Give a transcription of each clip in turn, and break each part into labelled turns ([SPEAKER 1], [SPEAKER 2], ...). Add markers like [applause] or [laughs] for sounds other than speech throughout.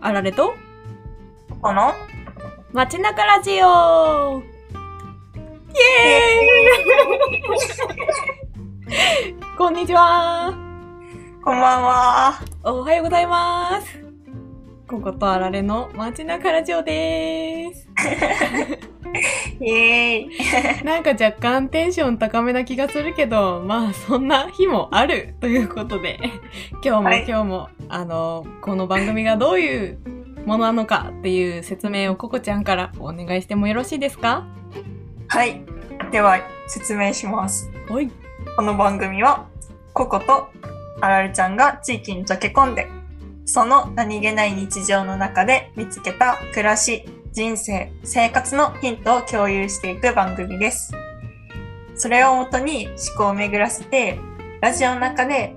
[SPEAKER 1] あられと
[SPEAKER 2] この
[SPEAKER 1] 街中ラジオイエーイ [laughs] こんにちは
[SPEAKER 2] こんばんは。
[SPEAKER 1] おはようございますこことあられの街中ラジオです
[SPEAKER 2] イエーイ。
[SPEAKER 1] なんか若干テンション高めな気がするけど、まあそんな日もあるということで、今日も
[SPEAKER 2] はい
[SPEAKER 1] 今日も、あの、この番組がどういうものなのかっていう説明をココちゃんからお願いしてもよろしいですか
[SPEAKER 2] はい。では、説明します。
[SPEAKER 1] おい。
[SPEAKER 2] この番組は、ココとあられちゃんが地域に溶け込んで、その何気ない日常の中で見つけた暮らし、人生、生活のヒントを共有していく番組です。それをもとに思考を巡らせて、ラジオの中で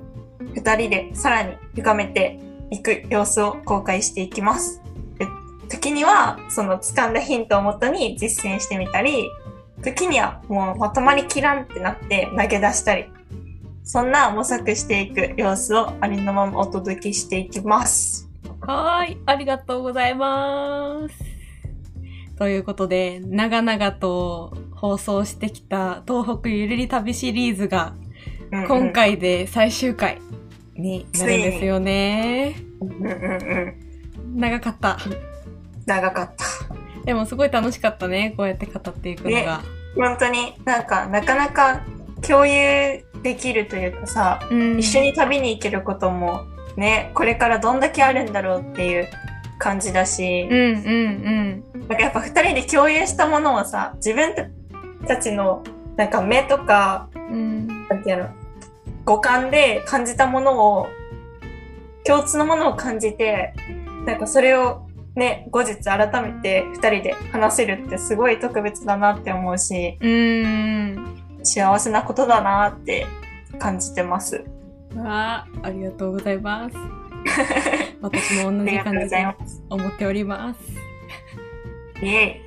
[SPEAKER 2] 2人でさらに深めていく様子を公開していきます。で時には、その掴んだヒントをもとに実践してみたり、時にはもうまとまりきらんってなって投げ出したりそんな模索していく様子をありのままお届けしていきます
[SPEAKER 1] はーい、ありがとうございます。ということで、長々と放送してきた東北ゆるり旅シリーズが、
[SPEAKER 2] うんうん
[SPEAKER 1] 今回で最終回になるんですよね。
[SPEAKER 2] うんうんうん
[SPEAKER 1] 長かった。
[SPEAKER 2] 長かった
[SPEAKER 1] でもすごい楽しかったね、こうやって語っていくのが。
[SPEAKER 2] 本当になんかなかなか共有できるというかさ、
[SPEAKER 1] うん
[SPEAKER 2] 一緒に旅に行けることもねこれからどんだけあるんだろうっていう感じだし、
[SPEAKER 1] うんうん
[SPEAKER 2] なんかやっぱ2人で共有したものをさ自分たちのなんか目とか
[SPEAKER 1] うん。うん
[SPEAKER 2] なんていうの五感で感じたものを共通のものを感じてなんかそれをね後日改めて2人で話せるってすごい特別だなって思うし
[SPEAKER 1] うん。
[SPEAKER 2] 幸せなことだなって感じてます。
[SPEAKER 1] わあ、ありがとうござい
[SPEAKER 2] [laughs]
[SPEAKER 1] ます。私も
[SPEAKER 2] あ
[SPEAKER 1] 同じ
[SPEAKER 2] りがとう
[SPEAKER 1] 感
[SPEAKER 2] ご
[SPEAKER 1] じ
[SPEAKER 2] ざい
[SPEAKER 1] で
[SPEAKER 2] ます。
[SPEAKER 1] 思っております。
[SPEAKER 2] イエ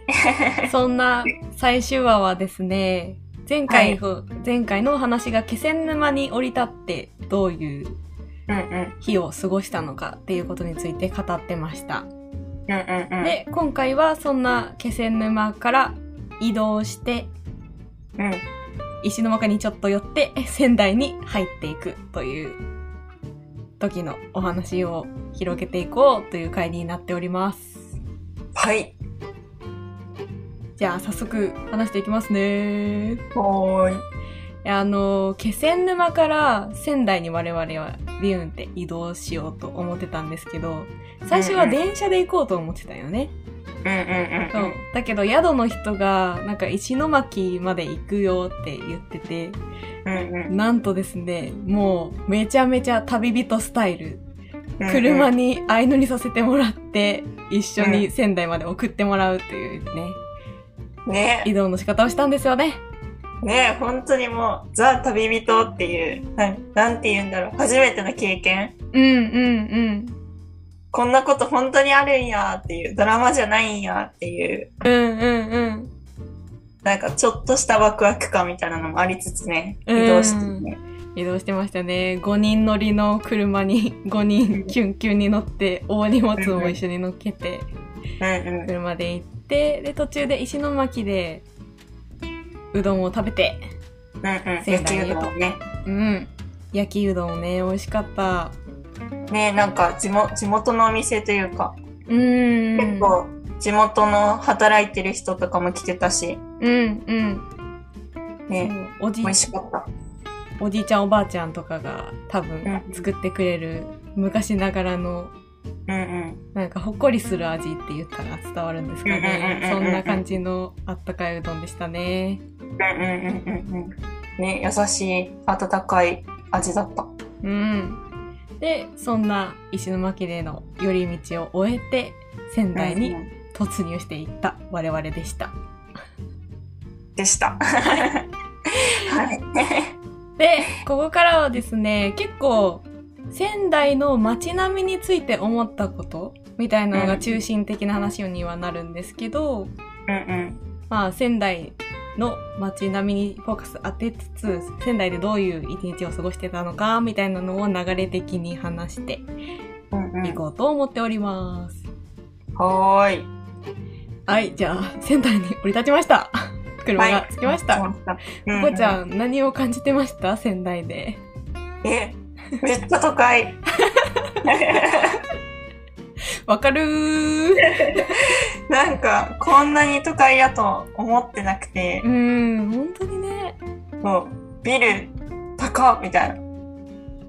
[SPEAKER 1] そんな最終話はですね、前回の、前回のお話が気仙沼に降り立ってどういう
[SPEAKER 2] イ。うんうん
[SPEAKER 1] 日を過ごしたのかっていうことについて語ってました。
[SPEAKER 2] うんうんうん。
[SPEAKER 1] で、今回はそんな気仙沼から移動して、
[SPEAKER 2] うん
[SPEAKER 1] 石の中にちょっと寄って仙台に入っていくという時のお話を広げていこうという回になっております。
[SPEAKER 2] はい。
[SPEAKER 1] じゃあ早速話していきますね。
[SPEAKER 2] おーい。
[SPEAKER 1] あの気仙沼から仙台に我々はビューンって移動しようと思ってたんですけど最初は
[SPEAKER 2] うんうん
[SPEAKER 1] 電車で行こうと思ってたよね、
[SPEAKER 2] うんうん
[SPEAKER 1] そうだけど宿の人がなんか石巻まで行くよって言ってて
[SPEAKER 2] うんうんうん
[SPEAKER 1] なんとですねもうめちゃめちゃ旅人スタイル
[SPEAKER 2] うん。
[SPEAKER 1] 車
[SPEAKER 2] に。
[SPEAKER 1] に相乗りさせてもらって一緒に仙台まで送ってもらうというね
[SPEAKER 2] ね
[SPEAKER 1] 移動の仕方をしたんですよね
[SPEAKER 2] ね本当にもうザ・旅人っていうなんなんて言うんだろう初めての経験
[SPEAKER 1] うんうん
[SPEAKER 2] こんなこと本当にあるんやっていう、ドラマじゃないんやっていう、
[SPEAKER 1] うんうんうんうん
[SPEAKER 2] なんかちょっとしたワクワク感みたいなのもありつつね、移
[SPEAKER 1] うん
[SPEAKER 2] 動してね。
[SPEAKER 1] 移動してましたね5人乗りの車
[SPEAKER 2] [laughs]
[SPEAKER 1] に5人キュンキュンに乗って大荷物を一緒に乗っけて
[SPEAKER 2] うんうん。
[SPEAKER 1] 車で行ってで途中で石巻でうどんを食べて
[SPEAKER 2] うんうん。
[SPEAKER 1] 仙
[SPEAKER 2] 焼
[SPEAKER 1] 台
[SPEAKER 2] きう
[SPEAKER 1] へと
[SPEAKER 2] どんもね。
[SPEAKER 1] うん焼きうどんね美味しかった
[SPEAKER 2] ねなんか地元地元のお店というか、
[SPEAKER 1] うん
[SPEAKER 2] 結構地元の働いてる人とかも来てたし、
[SPEAKER 1] うんうん
[SPEAKER 2] ね
[SPEAKER 1] おじ
[SPEAKER 2] 美味しかった。
[SPEAKER 1] おじいちゃんおばあちゃんとかが多分
[SPEAKER 2] うん
[SPEAKER 1] 作ってくれる昔ながらの
[SPEAKER 2] うんうん。
[SPEAKER 1] なんかほっこりする味って言ったら伝わるんですかね
[SPEAKER 2] うん
[SPEAKER 1] そ
[SPEAKER 2] うんうんうんうん
[SPEAKER 1] んな感じのあったかいうどんでしたね
[SPEAKER 2] うんうんうんうんうん。ね優しい、温かい味だった。
[SPEAKER 1] うんでそんな石巻での寄り道を終えて仙台に
[SPEAKER 2] うんうん
[SPEAKER 1] 突入していった我々でした [laughs]
[SPEAKER 2] でした。はい。 [laughs]
[SPEAKER 1] でここからはですね結構仙台の街並みについて思ったことみたいなのが中心的な話にはなるんですけど、
[SPEAKER 2] うんうん。
[SPEAKER 1] まあ、仙台の街並みにフォーカス当てつつ仙台でどういう一日を過ごしてたのかみたいなのを流れ的に話して
[SPEAKER 2] うんうん
[SPEAKER 1] いこうと思っております。
[SPEAKER 2] はーい。
[SPEAKER 1] はい、じゃあ、仙台に降り立ちま
[SPEAKER 2] [laughs]
[SPEAKER 1] した。車が着きました。こ、
[SPEAKER 2] うん
[SPEAKER 1] こ、ちゃん、何を感じてました仙台で。
[SPEAKER 2] え、めっちゃ都会。 [laughs]
[SPEAKER 1] わかるー。
[SPEAKER 2] なんか、こんなに都会やと思ってなくて
[SPEAKER 1] う、ん、本当にね。
[SPEAKER 2] もう、ビル、高っみたいな。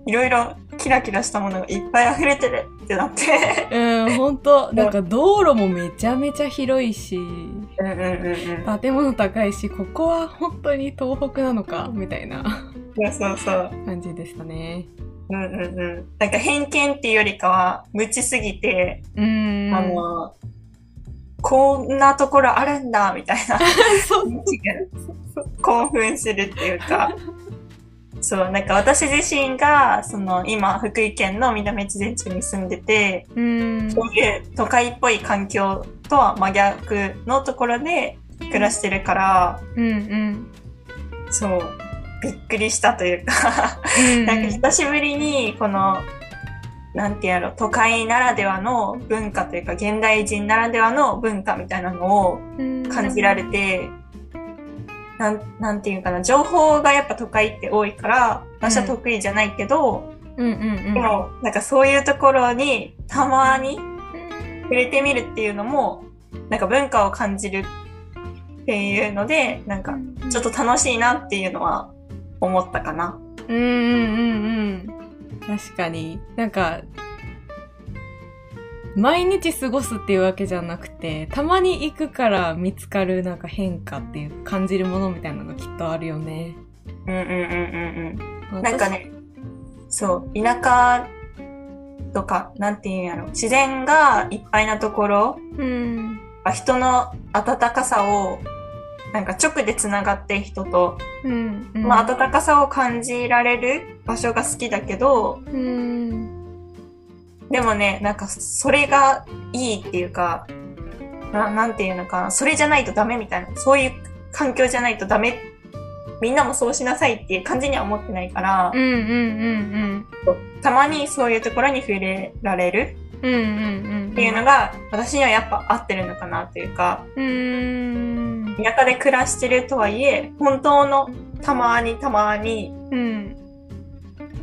[SPEAKER 2] いろいろキラキラしたものがいっぱい溢れてるってなって。
[SPEAKER 1] うん、本当なんか道路もめちゃめちゃ広いし、
[SPEAKER 2] うんうんうんうん。
[SPEAKER 1] 建物高いし、ここは本当に東北なのかみたいな
[SPEAKER 2] そうそうそう。
[SPEAKER 1] 感じでしたね。
[SPEAKER 2] うんうんうん。なんか偏見っていうよりかは、無知すぎて、
[SPEAKER 1] うん。
[SPEAKER 2] あの、こんなところあるんだみたいな。
[SPEAKER 1] [laughs] そう。
[SPEAKER 2] [laughs] 興奮するっていうかそうなんか私自身がその今福井県の南越前町に住んでて
[SPEAKER 1] うん。
[SPEAKER 2] そういう都会っぽい環境とは真逆のところで暮らしてるから
[SPEAKER 1] うんうん。
[SPEAKER 2] そうびっくりしたというか
[SPEAKER 1] うん
[SPEAKER 2] [laughs] なんか久しぶりにこのなんてやろ都会ならではの文化というか現代人ならではの文化みたいなのを感じられて、なん、なんていうかな、情報がやっぱ都会って多いから、私は得意じゃないけど、
[SPEAKER 1] うんうんうん。
[SPEAKER 2] でも、なんかそういうところにたまに触れてみるっていうのも、なんか文化を感じるっていうので、なんかちょっと楽しいなっていうのは思ったかな。
[SPEAKER 1] うんうんうんうん。確かに。なんか、毎日過ごすっていうわけじゃなくて、たまに行くから見つかるなんか変化っていう感じるものみたいなのがきっとあるよね。
[SPEAKER 2] うんうんうんうんうん。
[SPEAKER 1] 私
[SPEAKER 2] なんか。ね、そう、田舎とか、なんていうんやろ、自然がいっぱいなところ
[SPEAKER 1] うん。
[SPEAKER 2] 人の温かさをなんか直でつながって人と、
[SPEAKER 1] うん。
[SPEAKER 2] まあ、温かさを感じられる場所が好きだけど
[SPEAKER 1] うん。
[SPEAKER 2] でもねなんかそれがいいっていうかななんていうのかなそれじゃないとダメみたいなそういう環境じゃないとダメみんなもそうしなさいっていう感じには思ってないから
[SPEAKER 1] うんうんうん
[SPEAKER 2] たまにそういうところに触れられる
[SPEAKER 1] うん。うんうんうん。
[SPEAKER 2] っていうのが私にはやっぱ合ってるのかなというか
[SPEAKER 1] うん。
[SPEAKER 2] 田舎で暮らしてるとはいえ本当のたまにたまに
[SPEAKER 1] うん。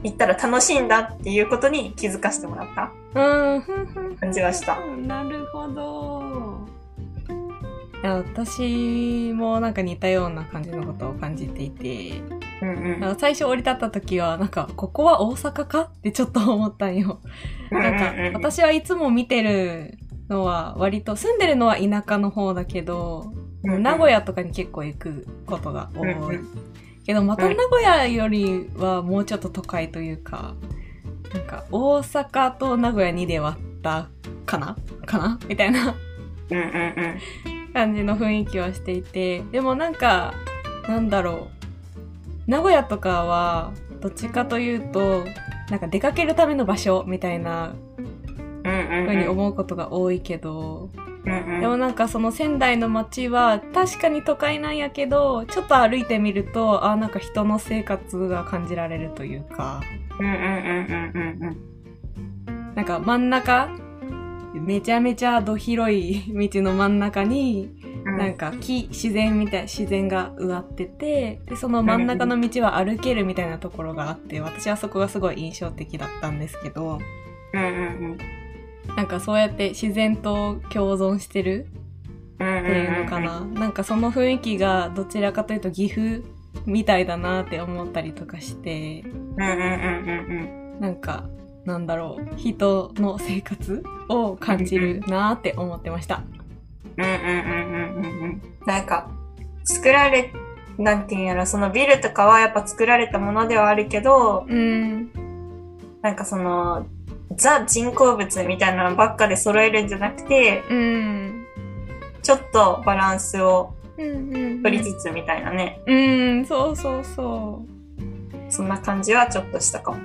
[SPEAKER 2] 行ったら楽しいんだっていうことに気づかせてもらった。
[SPEAKER 1] うん、ふんふんふん
[SPEAKER 2] 感じました
[SPEAKER 1] なるほど。いや私もなんか似たような感じのことを感じていて、
[SPEAKER 2] うんうん
[SPEAKER 1] なんか最初降り立った時は、なんか、ここは大阪かってちょっと思ったんよ。なんか、私はいつも見てるのは、割と、住んでるのは田舎の方だけど、名古
[SPEAKER 2] 屋
[SPEAKER 1] 屋とかに結構行くことが多
[SPEAKER 2] うんう
[SPEAKER 1] い。けど、また名古屋よりはもうちょっと都会というか、なんか大阪と名古屋にで割ったかなかなみたいな [laughs]
[SPEAKER 2] うんうんうん
[SPEAKER 1] 感じの雰囲気はしていて、でもなんか、なんだろう。名古屋とかは、どっちかというと、なんか出かけるための場所みたいな
[SPEAKER 2] うん
[SPEAKER 1] 風に
[SPEAKER 2] うん
[SPEAKER 1] 思うことが多いけど、
[SPEAKER 2] うん
[SPEAKER 1] でもなんかその仙台の街は確かに都会なんやけどちょっと歩いてみるとあーなんか人の生活が感じられるというか
[SPEAKER 2] うんうんうんうんうん
[SPEAKER 1] なんか真ん中めちゃめちゃど広い [laughs] 道の真ん中に
[SPEAKER 2] うん
[SPEAKER 1] なんか木自然みたい自然が植わっててでその真ん中の道は歩けるみたいなところがあって私はそこがすごい印象的だったんですけど
[SPEAKER 2] うんうん
[SPEAKER 1] なんかそうやって自然と共存してる
[SPEAKER 2] うん
[SPEAKER 1] っていうのかな、なんかその雰囲気がどちらかというと岐阜みたいだなって思ったりとかして
[SPEAKER 2] うんうんうんうん
[SPEAKER 1] なんかなんだろう人の生活を感じるなって思ってました
[SPEAKER 2] うんうんうんうんうんうんなんか作られなんていうんやろそのビルとかはやっぱ作られたものではあるけど
[SPEAKER 1] うん
[SPEAKER 2] なんかそのザ人工物みたいなのばっかで揃えるんじゃなくて
[SPEAKER 1] うん
[SPEAKER 2] ちょっとバランスを
[SPEAKER 1] うんうん
[SPEAKER 2] 取りつつみたいなね、
[SPEAKER 1] うんそうそうそう
[SPEAKER 2] そんな感じはちょっとしたかも。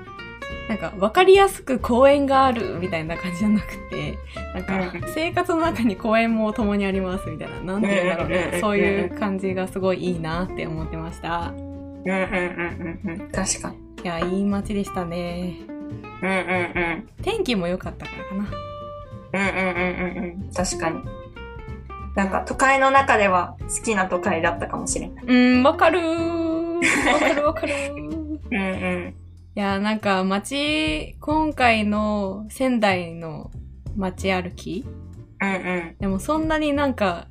[SPEAKER 1] なんか分かりやすく公園があるみたいな感じじゃなくてなんか
[SPEAKER 2] うん
[SPEAKER 1] 生活の中に公園も共にありますみたいななんて言うんだろう
[SPEAKER 2] うんうんうんう
[SPEAKER 1] ね
[SPEAKER 2] ん
[SPEAKER 1] そういう感じがすごいいいなって思ってました
[SPEAKER 2] うんうんうんうんうん。確かに。
[SPEAKER 1] いやいい街でしたね
[SPEAKER 2] うんうんうん。
[SPEAKER 1] 天気も良かったからかな。
[SPEAKER 2] うんうんうんうんうん。確かに。なんか都会の中では好きな都会だったかもしれない。
[SPEAKER 1] うん、わか [laughs] るー。わかるわかるー。
[SPEAKER 2] うんうん。
[SPEAKER 1] いやー、なんか街、今回の仙台の街歩き
[SPEAKER 2] うんうん。
[SPEAKER 1] でもそんなになんか、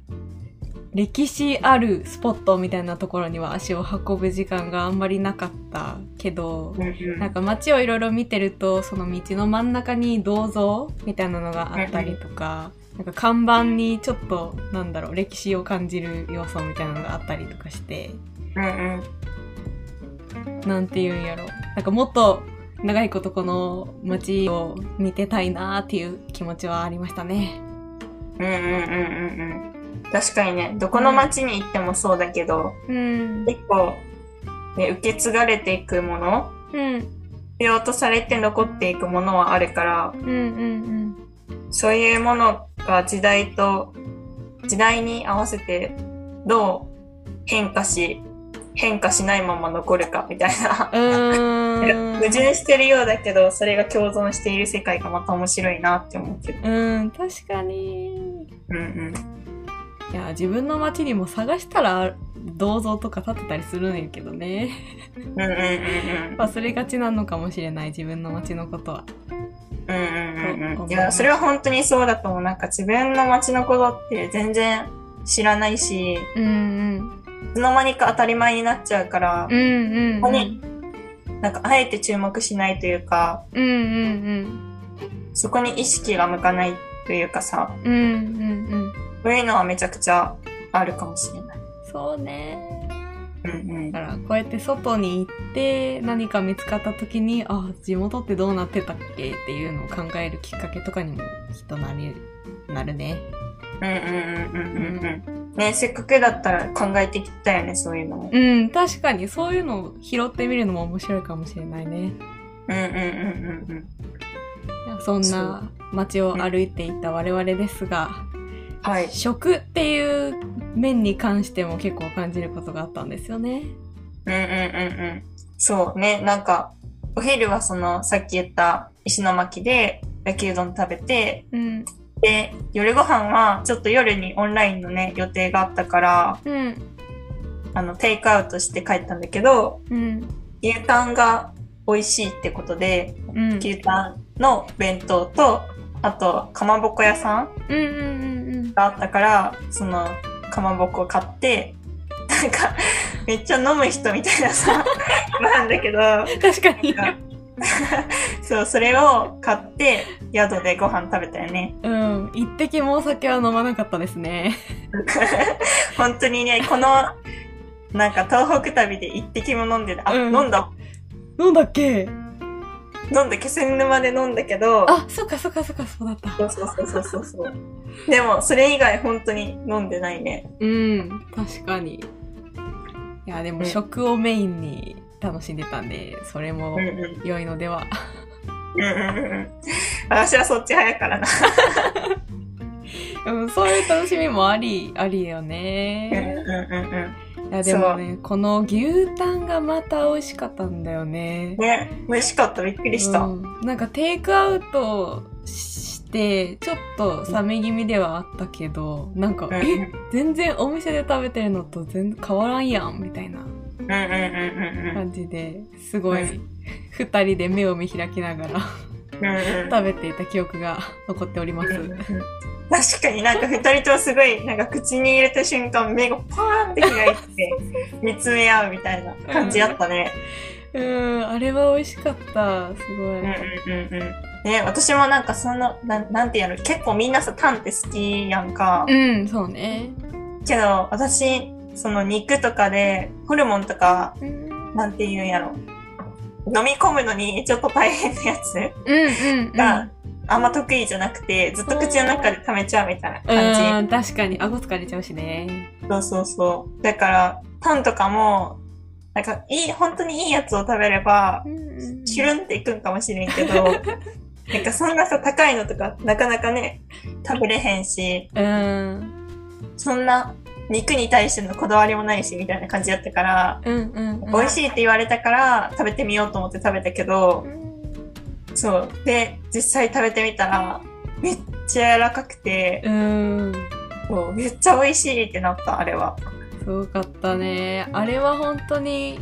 [SPEAKER 1] 歴史あるスポットみたいなところには足を運ぶ時間があんまりなかったけど、
[SPEAKER 2] うん
[SPEAKER 1] なんか街をいろいろ見てると、その道の真ん中に銅像みたいなのがあったりとか、なんか看板にちょっと、なんだろう、歴史を感じる要素みたいなのがあったりとかして、
[SPEAKER 2] うんうん
[SPEAKER 1] なんて言うんやろ。なんかもっと長いことこの街を見てたいなーっていう気持ちはありましたね。
[SPEAKER 2] うんうんうんうんうん。確かにね、どこの町に行ってもそうだけど、
[SPEAKER 1] うん。
[SPEAKER 2] 結構、ね、受け継がれていくもの、
[SPEAKER 1] うん。
[SPEAKER 2] 必要とされて残っていくものはあるから、
[SPEAKER 1] うんうん
[SPEAKER 2] そういうものが時代と、時代に合わせてどう変化し、変化しないまま残るかみたいな
[SPEAKER 1] う。ん。う
[SPEAKER 2] 矛
[SPEAKER 1] ーん。
[SPEAKER 2] 盾してるようだけど、それが共存している世界がまた面白いなって思ってる。
[SPEAKER 1] うん、確かに。
[SPEAKER 2] うんうん。
[SPEAKER 1] いや、自分の街にも探したら銅像とか建てたりするんやけどね。
[SPEAKER 2] うんうんうんうん。
[SPEAKER 1] 忘れがちなのかもしれない、自分の街のことは。
[SPEAKER 2] うんうんうん
[SPEAKER 1] と
[SPEAKER 2] う
[SPEAKER 1] 思
[SPEAKER 2] ん。い
[SPEAKER 1] いま
[SPEAKER 2] や、
[SPEAKER 1] す
[SPEAKER 2] それは本当にそうだと思う。なんか自分の街のことって全然知らないし、
[SPEAKER 1] うんうん。
[SPEAKER 2] いつの間にか当たり前になっちゃうから
[SPEAKER 1] う、んうん、う
[SPEAKER 2] こ
[SPEAKER 1] ん
[SPEAKER 2] こに。なんかあえて注目しないというか、
[SPEAKER 1] うんうん
[SPEAKER 2] そこに意識が向かないというかさ、
[SPEAKER 1] うん。うんうんうん。
[SPEAKER 2] そういうのはめちゃくちゃあるかもしれない。
[SPEAKER 1] そうね。
[SPEAKER 2] うんうん。
[SPEAKER 1] だからこうやって外に行って何か見つかった時にあ地元ってどうなってたっけっていうのを考えるきっかけとかにもきっとなりなるね。
[SPEAKER 2] うんうんうんうんうんうん。ね、せっかくだったら考えてきたよね、そういうのも。
[SPEAKER 1] うん確かにそういうのを拾ってみるのも面白いかもしれないね。
[SPEAKER 2] うんうんうんうんうん。
[SPEAKER 1] そん
[SPEAKER 2] そう
[SPEAKER 1] な街を歩いていた我々ですが、
[SPEAKER 2] はい。
[SPEAKER 1] 食っていう面に関しても結構感じることがあったんですよね。
[SPEAKER 2] うんうんうんうん。そうね、なんか、お昼はその、さっき言った石巻で焼きうどん食べて、
[SPEAKER 1] うん
[SPEAKER 2] で、夜ご飯はちょっと夜にオンラインのね、予定があったから、
[SPEAKER 1] うん
[SPEAKER 2] あの、テイクアウトして帰ったんだけど、
[SPEAKER 1] うん
[SPEAKER 2] 牛タンが美味しいってことで、
[SPEAKER 1] うん
[SPEAKER 2] 牛タンの弁当と、あと、かまぼこ屋さん
[SPEAKER 1] うんうん
[SPEAKER 2] があったから、その、かまぼこを買って、なんか、めっちゃ飲む人みたいなさ、なんだけど、
[SPEAKER 1] うん [laughs] 確かに。
[SPEAKER 2] そう、それを買って、宿でご飯食べたよね。
[SPEAKER 1] うん一滴もお酒は飲まなかったですね。
[SPEAKER 2] 本当にね、この、なんか東北旅で一滴も飲んでないあ、
[SPEAKER 1] うん
[SPEAKER 2] 飲んだ、
[SPEAKER 1] なんだっけ
[SPEAKER 2] 飲んだ、気仙沼で飲んだけど、
[SPEAKER 1] あ、そっかそっかそっか、そうだった。
[SPEAKER 2] そうそうそうそうそうそう。でも、それ以外本当に飲んでないね。
[SPEAKER 1] うん、確かに。いや、で
[SPEAKER 2] う
[SPEAKER 1] も
[SPEAKER 2] ん
[SPEAKER 1] 食をメインに楽しんでたんで、それも
[SPEAKER 2] うんうん。
[SPEAKER 1] 良いのでは。
[SPEAKER 2] うんうんうんうん。私はそっち早いからな。
[SPEAKER 1] うん、そういう楽しみもあり、ありよ
[SPEAKER 2] うんうん
[SPEAKER 1] ね。
[SPEAKER 2] うんう
[SPEAKER 1] い
[SPEAKER 2] ん。
[SPEAKER 1] や、でもね、この牛タンがまた美味しかったんだよね。
[SPEAKER 2] ね、美味しかった、びっくりした。うん
[SPEAKER 1] うんなんかテイクアウトして、ちょっと冷め気味ではあったけど、なんか、
[SPEAKER 2] うんうん
[SPEAKER 1] え、全然お店で食べてるのと全然変わらんやん、みたいな。
[SPEAKER 2] うんうんうんうん
[SPEAKER 1] 感じですご
[SPEAKER 2] う
[SPEAKER 1] い、二人で目を見開きなが
[SPEAKER 2] [laughs]
[SPEAKER 1] ら
[SPEAKER 2] うんうん。
[SPEAKER 1] 食べていた記憶が残っております。
[SPEAKER 2] 確かになんか二人ともすごい、なんか口に入れた瞬間目がパーンって開い [laughs] て、見つめ合うみたいな感じやったね。
[SPEAKER 1] うん、あれは美味しかった。すご
[SPEAKER 2] うんう
[SPEAKER 1] い。
[SPEAKER 2] んうんうん。ね、私もなんかその、なんなんていうの、結構みんなさ、タンって好きやんか。
[SPEAKER 1] うん、そうね。
[SPEAKER 2] けど、私、その肉とかで、ホルモンとか、
[SPEAKER 1] うん、うん、
[SPEAKER 2] なんていうんやろ。飲み込むのにちょっと大変なやつ
[SPEAKER 1] うん。
[SPEAKER 2] が、あんま得意じゃなくて、ずっと口の中で溜めちゃうみたいな感じ。
[SPEAKER 1] うん、確かに、顎疲れちゃうしね。
[SPEAKER 2] そうそうそう。だから、パンとかも、なんか、いい、本当にいいやつを食べれば
[SPEAKER 1] う、ん
[SPEAKER 2] キュルンっていくんかもしれん
[SPEAKER 1] [laughs]
[SPEAKER 2] けど、なんかそんなさ、高いのとか、なかなかね、食べれへんし、
[SPEAKER 1] うん、
[SPEAKER 2] そんな、肉に対してのこだわりもないし、みたいな感じだったから、
[SPEAKER 1] うん、うん。
[SPEAKER 2] 美味
[SPEAKER 1] い。
[SPEAKER 2] しいって言われたから、食べてみようと思って食べたけど
[SPEAKER 1] う、ん
[SPEAKER 2] そう。で、実際食べてみたら、めっちゃ柔らかくて、
[SPEAKER 1] うん。
[SPEAKER 2] そうめっちゃ美味しいってなった、あれは。
[SPEAKER 1] すごかったね。あれは本当に、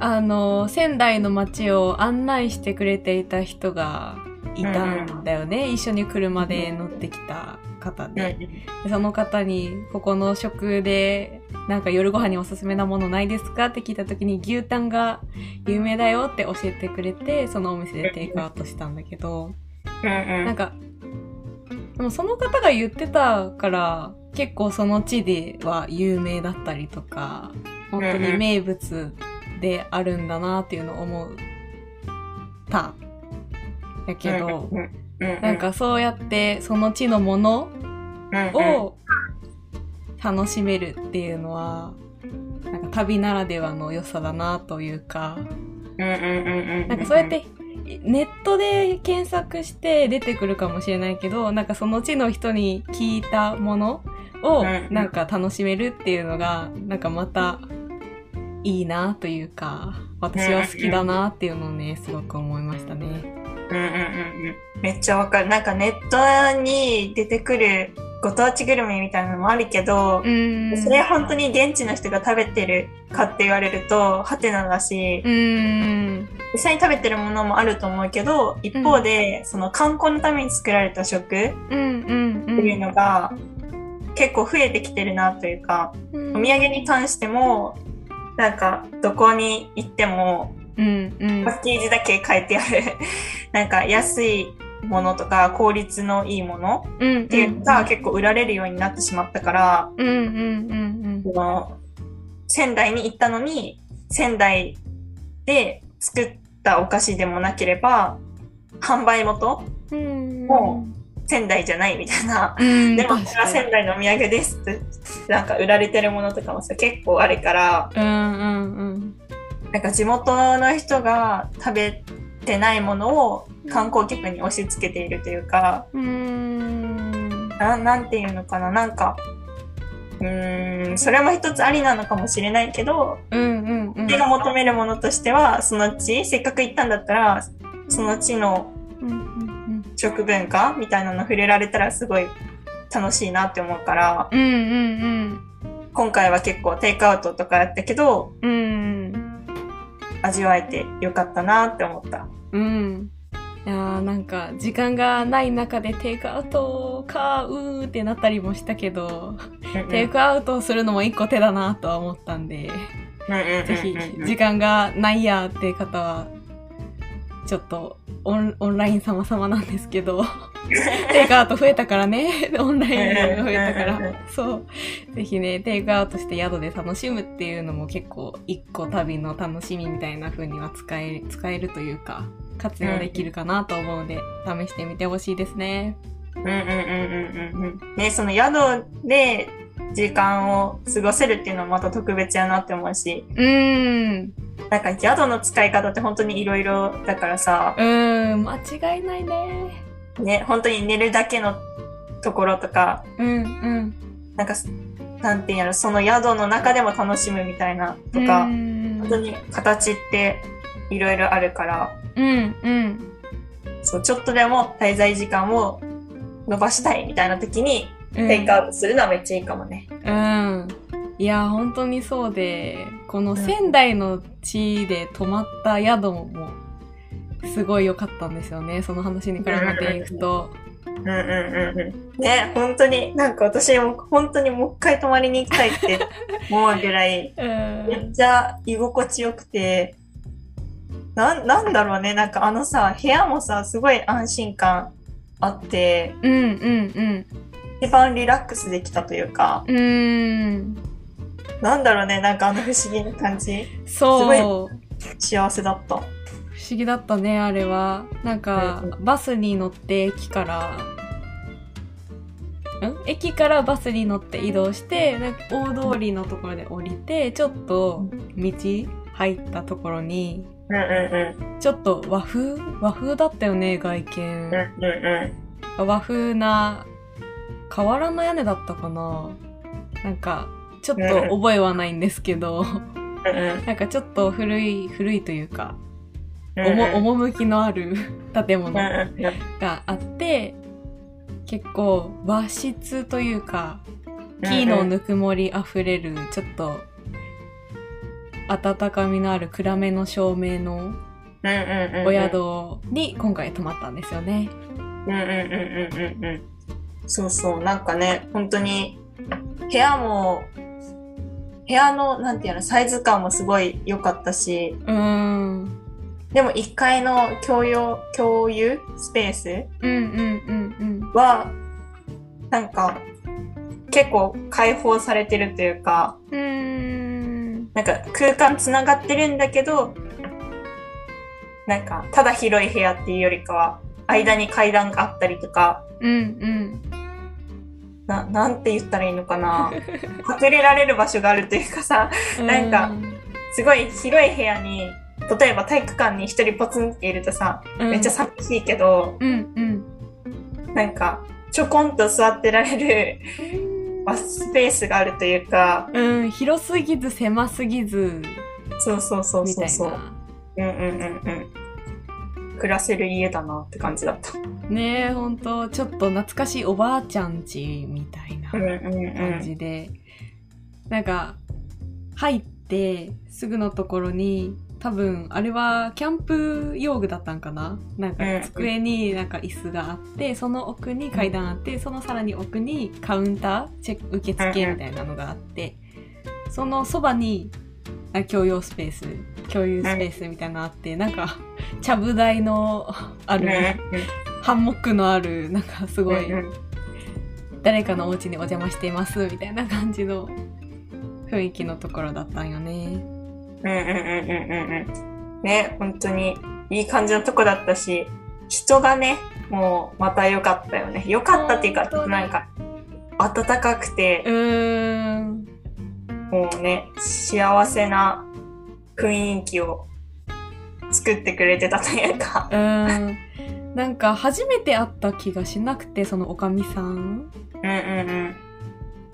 [SPEAKER 1] あの、仙台の街を案内してくれていた人がいたんだよね。一緒に車で乗ってきた方
[SPEAKER 2] うん
[SPEAKER 1] で。でその方に、ここの食で、なんか夜ご飯におすすめなものないですかって聞いた時に牛タンが有名だよって教えてくれて、そのお店でテイクアウトしたんだけど。
[SPEAKER 2] うん
[SPEAKER 1] なんか、でもその方が言ってたから、結構その地では有名だったりとか、本当
[SPEAKER 2] うんう
[SPEAKER 1] に
[SPEAKER 2] ん
[SPEAKER 1] 名物であるんだなっていうのを思うた。やけど、
[SPEAKER 2] うんうんうん、
[SPEAKER 1] なんかそうやってその地のもの
[SPEAKER 2] うん
[SPEAKER 1] を楽しめるっていうのは、なんか旅ならではの良さだなというか、
[SPEAKER 2] うんうんうんうん、
[SPEAKER 1] なんかそうやってネットで検索して出てくるかもしれないけどなんかその地の人に聞いたものを
[SPEAKER 2] うん
[SPEAKER 1] なんか楽しめるっていうのがなんかまたいいなというか私は好きだなっていうのをねすごく思いましたね。
[SPEAKER 2] うんうんうんうん、めっちゃわかる。なんかネットに出てくるご当地グルメみたいなのもあるけど
[SPEAKER 1] う、ん
[SPEAKER 2] それ本当に現地の人が食べてるかって言われると、ハテナだし、
[SPEAKER 1] うん
[SPEAKER 2] 実際に食べてるものもあると思うけど、一方で、その観光のために作られた食って
[SPEAKER 1] うんうんうん
[SPEAKER 2] いうのが、結構増えてきてるなというか、
[SPEAKER 1] うん
[SPEAKER 2] お土産に関しても、なんか、どこに行っても、
[SPEAKER 1] うんうん
[SPEAKER 2] パッケージだけ変えてある、 [laughs] なんか安いものとか、効率のいいもの
[SPEAKER 1] うん
[SPEAKER 2] っていうのが結構売られるようになってしまったから、
[SPEAKER 1] うんうんうん
[SPEAKER 2] その仙台に行ったのに仙台で作ったお菓子でもなければ販売元
[SPEAKER 1] うんうん
[SPEAKER 2] も仙台じゃないみたいな。
[SPEAKER 1] うん
[SPEAKER 2] でも
[SPEAKER 1] 確
[SPEAKER 2] これは
[SPEAKER 1] かに
[SPEAKER 2] 仙台のお土産ですってなんか売られてるものとかもさ結構あるから
[SPEAKER 1] うんうんうん
[SPEAKER 2] なんか地元の人が食べてないものを観光客に押し付けているというか、
[SPEAKER 1] うん
[SPEAKER 2] ななんていうのかななんかうーんそれも一つありなのかもしれないけど
[SPEAKER 1] うんうんうん
[SPEAKER 2] 手が求めるものとしてはその地せっかく行ったんだったらその地の
[SPEAKER 1] うんうん
[SPEAKER 2] 食文化みたいなの触れられたらすごい楽しいなって思うから
[SPEAKER 1] うんうん
[SPEAKER 2] 今回は結構テイクアウトとかやったけど
[SPEAKER 1] うんうん
[SPEAKER 2] 味わえてよかったなって思った。
[SPEAKER 1] うんいやーなんか時間がない中でテイクアウトかうーってなったりもしたけど、テイクアウトするのも一個手だなとは思ったんで、ぜひ時間がないやーって方はちょっとオンオンライン様様なんですけ
[SPEAKER 2] [laughs]
[SPEAKER 1] どテイクアウト増えたからねオンラインが増えたか
[SPEAKER 2] うんうんうん
[SPEAKER 1] らそうぜひねテイクアウトして宿で楽しむっていうのも結構一個旅の楽しみみたいな風には使え使えるというか活用できるかなと思うので試してみてほしいですね
[SPEAKER 2] うんうんうんうんうんうんねその宿で時間を過ごせるっていうのもまた特別やなって思うし
[SPEAKER 1] うーん
[SPEAKER 2] なんか宿の使い方って本当にいろいろだからさ
[SPEAKER 1] うーん間違いないね
[SPEAKER 2] ね本当に寝るだけのところとか
[SPEAKER 1] うんうん
[SPEAKER 2] なんか、なんていうんやろ、その宿の中でも楽しむみたいなと
[SPEAKER 1] う
[SPEAKER 2] か、
[SPEAKER 1] ん
[SPEAKER 2] 本当に形っていろいろあるから、
[SPEAKER 1] うんうん
[SPEAKER 2] そう、ちょっとでも滞在時間を伸ばしたいみたいな時に、
[SPEAKER 1] うん
[SPEAKER 2] テイクアウトするのはめっちゃいいかもね。
[SPEAKER 1] うん。いや、本当にそうで、この仙台の地で泊まった宿も、すごい良かったんですよね。その話に絡めていくと。
[SPEAKER 2] うんうんうんうん。ね、本当に、なんか私も本当にもう一回泊まりに行きたいって思うぐらい、
[SPEAKER 1] う
[SPEAKER 2] めっ
[SPEAKER 1] ん。
[SPEAKER 2] ちゃ居心地よくて、なん、なんだろうね、なんかあのさ、部屋もさ、すごい安心感あって、
[SPEAKER 1] うんうん
[SPEAKER 2] 一番リラックスできたというか、
[SPEAKER 1] うん。うん。
[SPEAKER 2] なんだろうね、なんかあの不思議な感じ。
[SPEAKER 1] そう。
[SPEAKER 2] す
[SPEAKER 1] 不思
[SPEAKER 2] 幸せだった。
[SPEAKER 1] 議だったね、あれは。なんか
[SPEAKER 2] うん、
[SPEAKER 1] バスに乗って駅から、ん駅からバスに乗って移動して、なんか大通りのところで降りて、ちょっと道入ったところに、
[SPEAKER 2] うんうん
[SPEAKER 1] ちょっと和風和風だったよね、外見
[SPEAKER 2] うん。。うんう
[SPEAKER 1] 和風な、瓦の屋根だったかななんか、ちょっと覚えはないんですけど、 [laughs]
[SPEAKER 2] んうん。うん
[SPEAKER 1] なんかちょっと古い、古いというか、
[SPEAKER 2] うん。
[SPEAKER 1] おも、
[SPEAKER 2] うん
[SPEAKER 1] 趣のある [laughs] 建物
[SPEAKER 2] うんうん。
[SPEAKER 1] があって、結構和室というか木のぬくもりあふれるちょっと温かみのある暗めの照明の
[SPEAKER 2] うんうんうん。
[SPEAKER 1] お。宿に今回泊まったんですよね。
[SPEAKER 2] うんうんうんうんうんうん。そうそう、なんかね、本当に、部屋も、部屋の、なんていうの、サイズ感もすごい良かったし、
[SPEAKER 1] うーん。
[SPEAKER 2] でも1階の共用、共有スペース
[SPEAKER 1] うんうんうん
[SPEAKER 2] は、なんか、結構開放されてるというか、
[SPEAKER 1] うん。うーん。
[SPEAKER 2] なんか空間つながってるんだけど、なんか、ただ広い部屋っていうよりかは、間に階段があったりとか、
[SPEAKER 1] うん
[SPEAKER 2] な、なんて言ったらいいのかな。隠れられる場所があるというかさ、
[SPEAKER 1] うん。
[SPEAKER 2] なんか
[SPEAKER 1] う
[SPEAKER 2] すごい広い部屋に、例えば体育館に一人ポツンっているとさ、
[SPEAKER 1] ん、
[SPEAKER 2] めっちゃ寂しいけど、
[SPEAKER 1] うんうん。
[SPEAKER 2] なんか、ちょこんと座ってられるまあスペースがあるというか、
[SPEAKER 1] うん、広すぎず狭すぎず
[SPEAKER 2] そうそうそう
[SPEAKER 1] み
[SPEAKER 2] そ
[SPEAKER 1] た
[SPEAKER 2] う
[SPEAKER 1] い
[SPEAKER 2] そう。
[SPEAKER 1] な。
[SPEAKER 2] うんうんうんうん。暮らせる家だなって感じだった。
[SPEAKER 1] ねえ、ほんと、ちょっと懐かしいおばあちゃんちみたいな
[SPEAKER 2] うんうんう
[SPEAKER 1] 感
[SPEAKER 2] ん。
[SPEAKER 1] じで、なんか、入ってすぐのところに、多分、あれはキャンプ用具だったんかななんか
[SPEAKER 2] うん
[SPEAKER 1] 机になんか椅子があって、その奥に階段あって、そのさらに奥にカウンター、チェック受付みたいなのがあって、そのそばにあ共用スペース、共有スペースみたいなのあって、なんか、ちゃぶ台のある、
[SPEAKER 2] ね
[SPEAKER 1] ハンモックのある、なんかすごい、
[SPEAKER 2] うんうん
[SPEAKER 1] 誰かのお家にお邪魔していますみたいな感じの雰囲気のところだったんよね。
[SPEAKER 2] うんうんうんうんうんうん。ね、本当にいい感じのとこだったし、人がね、もうまた良かったよね。良かったっていうか、
[SPEAKER 1] 本当に
[SPEAKER 2] なんか、暖かく
[SPEAKER 1] う
[SPEAKER 2] て、
[SPEAKER 1] ーん。
[SPEAKER 2] もうね、幸せな雰囲気を作ってくれてたというか。
[SPEAKER 1] うーん。なんか初めて会った気がしなくて、そのおかみさん。
[SPEAKER 2] うんうんうん。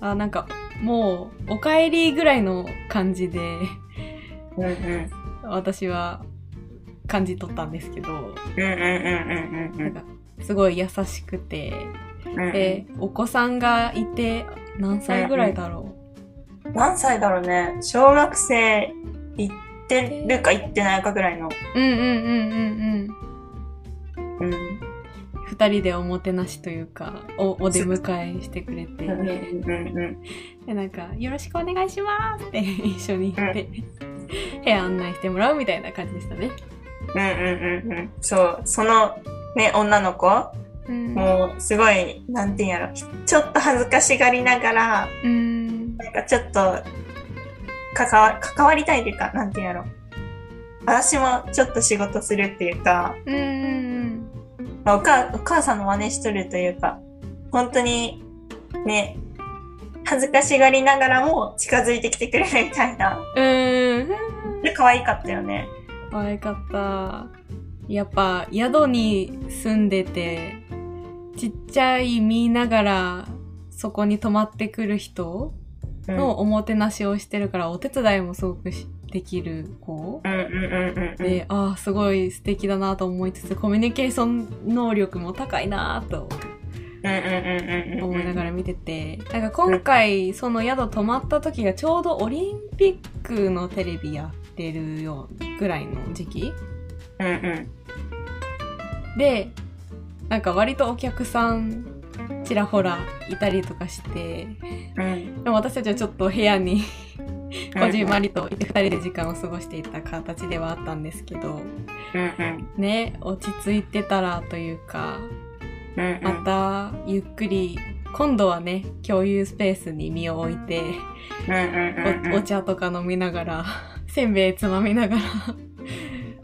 [SPEAKER 1] あ、なんかもう、お帰りぐらいの感じで、
[SPEAKER 2] うんうん。
[SPEAKER 1] 私は感じ取ったんですけど、
[SPEAKER 2] うんうんうんうんうんう
[SPEAKER 1] なん
[SPEAKER 2] ん
[SPEAKER 1] かすごい優しくて、
[SPEAKER 2] うん
[SPEAKER 1] で、お子さんがいて、何歳ぐらいだろ
[SPEAKER 2] うん。何歳だろうね。小学生行ってるか行ってないかぐらいの。
[SPEAKER 1] う。うんうんうんうんうん。
[SPEAKER 2] うん。
[SPEAKER 1] 二人でおもてなしというかおお出迎えしてくれて、
[SPEAKER 2] うんうんうんうん。
[SPEAKER 1] でなんか「よろしくお願いします」って一緒に行って、部屋案内してもらうみたいな感じでしたね。
[SPEAKER 2] うんうんうんうん。そう、その、ね、女の子、
[SPEAKER 1] うん
[SPEAKER 2] もう、すごい、なんていうんやろ、ちょっと恥ずかしがりながら、
[SPEAKER 1] うん
[SPEAKER 2] なんかちょっと、関わ、関わりたいというか、なんていうんやろ。私もちょっと仕事するっていうか、
[SPEAKER 1] うん
[SPEAKER 2] まあおかお母さんの真似しとるというか、本当に、ね、恥ずかしがりながらも近づいてきてくれるみたいな。
[SPEAKER 1] うん
[SPEAKER 2] で、可愛かったよね。
[SPEAKER 1] 可愛かったやっぱ宿に住んでてちっちゃい見ながらそこに泊まってくる人
[SPEAKER 2] うん、うん
[SPEAKER 1] のおもてなしをしてるからお手伝いもすごくしできる子
[SPEAKER 2] うんうんうんうん。
[SPEAKER 1] で、ああ、すごい素敵だなと思いつつ、コミュニケーション能力も高いなと
[SPEAKER 2] うんうんうんうんうん。
[SPEAKER 1] 思いながら見てて、なんか今回、その宿泊まった時がちょうどオリンピックのテレビやってるようぐらいの時期
[SPEAKER 2] うんうん。
[SPEAKER 1] で、なんか割とお客さん、ちらほらいたりとかして、
[SPEAKER 2] うん。
[SPEAKER 1] でも私たちはちょっと部屋に
[SPEAKER 2] う
[SPEAKER 1] こ
[SPEAKER 2] ん
[SPEAKER 1] じんまりといて2人で時間を過ごしていた形ではあったんですけど、
[SPEAKER 2] うんうん。
[SPEAKER 1] ね、落ち着いてたらというか、
[SPEAKER 2] うんうん。
[SPEAKER 1] またゆっくり今度はね共有スペースに身を置いて
[SPEAKER 2] うんうんうんうん
[SPEAKER 1] おお茶とか飲みながら [laughs] せんべいつまみながら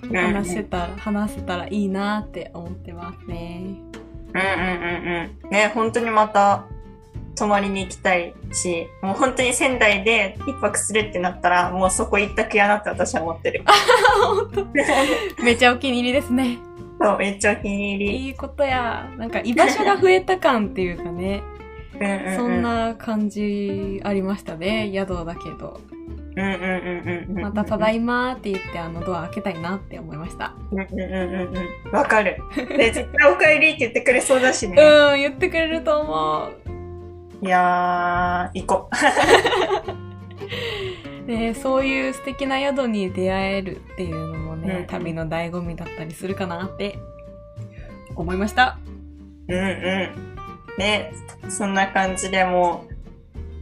[SPEAKER 2] うんうん
[SPEAKER 1] 話せたら話せたらいいなって思ってますね。 [laughs]
[SPEAKER 2] うんうんうんうん。ね、本当にまた泊まりに行きたいし、もう本当に仙台で一泊するってなったら、もうそこ一択やなって私は思ってる。
[SPEAKER 1] めちゃお気に入りですね。
[SPEAKER 2] [laughs] そう、めっちゃお気に入り。
[SPEAKER 1] いいことやなんか居場所が増えた感っていうかね
[SPEAKER 2] うんうんうん、
[SPEAKER 1] そん。な感じありましたね宿だけど。
[SPEAKER 2] うんうんうんうんうんうん。
[SPEAKER 1] またただいまーって言って、あのドア開けたいなって思いました。
[SPEAKER 2] うんうんうんうんうん。わかる。で、絶対お帰りって言ってくれそうだし
[SPEAKER 1] う
[SPEAKER 2] ね。
[SPEAKER 1] ん、言ってくれると思う。
[SPEAKER 2] いやー、行こ
[SPEAKER 1] で、そういう素敵な宿に出会えるっていうのもね、
[SPEAKER 2] うん
[SPEAKER 1] 旅の醍醐味だったりするかなって思いました。
[SPEAKER 2] う。うんうん。ね、そんな感じでもう、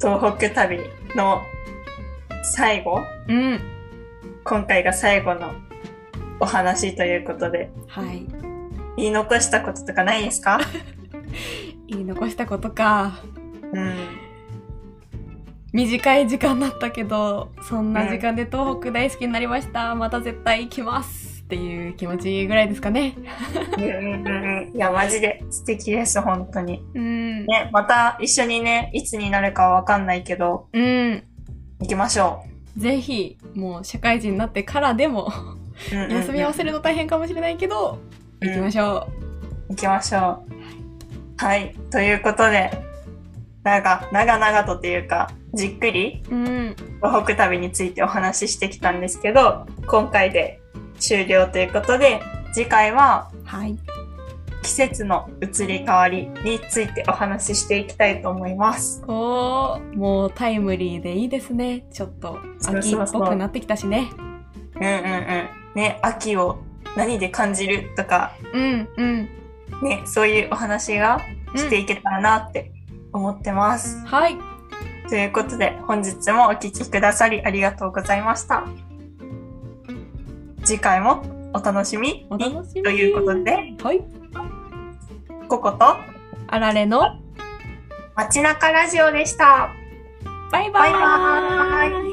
[SPEAKER 2] 東北旅の最後、
[SPEAKER 1] うん。
[SPEAKER 2] 今回が最後のお話ということで、
[SPEAKER 1] はい。
[SPEAKER 2] 言い残したこととかないです
[SPEAKER 1] [laughs]
[SPEAKER 2] か
[SPEAKER 1] 言い残したことか。
[SPEAKER 2] うん。
[SPEAKER 1] 短い時間だったけど、そんな時間で東北大好きになりました。また絶対行きますっていう気持ちぐらいですかね。
[SPEAKER 2] うんうんうんうん。いや、マジで素敵です、本当に。
[SPEAKER 1] うん。
[SPEAKER 2] ね、また一緒にね、いつになるかはわかんないけど、
[SPEAKER 1] うん。
[SPEAKER 2] 行きましょ
[SPEAKER 1] ぜひ、もう社会人になってからでも、
[SPEAKER 2] う。うんうんうん
[SPEAKER 1] 休み合わせるの大変かもしれないけど、行きましょ
[SPEAKER 2] 行きましょう。はい。ということで、なんか、長々とというか、じっくり、
[SPEAKER 1] う。うん。
[SPEAKER 2] 東北旅についてお話ししてきたんですけど、今回で終了ということで、次回は
[SPEAKER 1] はい。
[SPEAKER 2] 季節の移り変わりについてお話ししていきたいと思います。
[SPEAKER 1] おー、もうタイムリーでいいですね。ちょっと、
[SPEAKER 2] そう
[SPEAKER 1] 秋っ
[SPEAKER 2] そうそう
[SPEAKER 1] ぽくなってきたしね。
[SPEAKER 2] うんうんうん。ね、秋を何で感じるとか、
[SPEAKER 1] うん、うん。
[SPEAKER 2] ね、そういうお話が
[SPEAKER 1] うん
[SPEAKER 2] していけたらなって思ってます。
[SPEAKER 1] はい。
[SPEAKER 2] ということで、本日もお聞きくださりありがとうございました。次回もお楽しみ
[SPEAKER 1] お
[SPEAKER 2] に
[SPEAKER 1] 楽しみに
[SPEAKER 2] ということで、
[SPEAKER 1] はい。
[SPEAKER 2] ここと
[SPEAKER 1] あられの、
[SPEAKER 2] 街中ラジオでした。
[SPEAKER 1] バイバー
[SPEAKER 2] バイバー
[SPEAKER 1] イ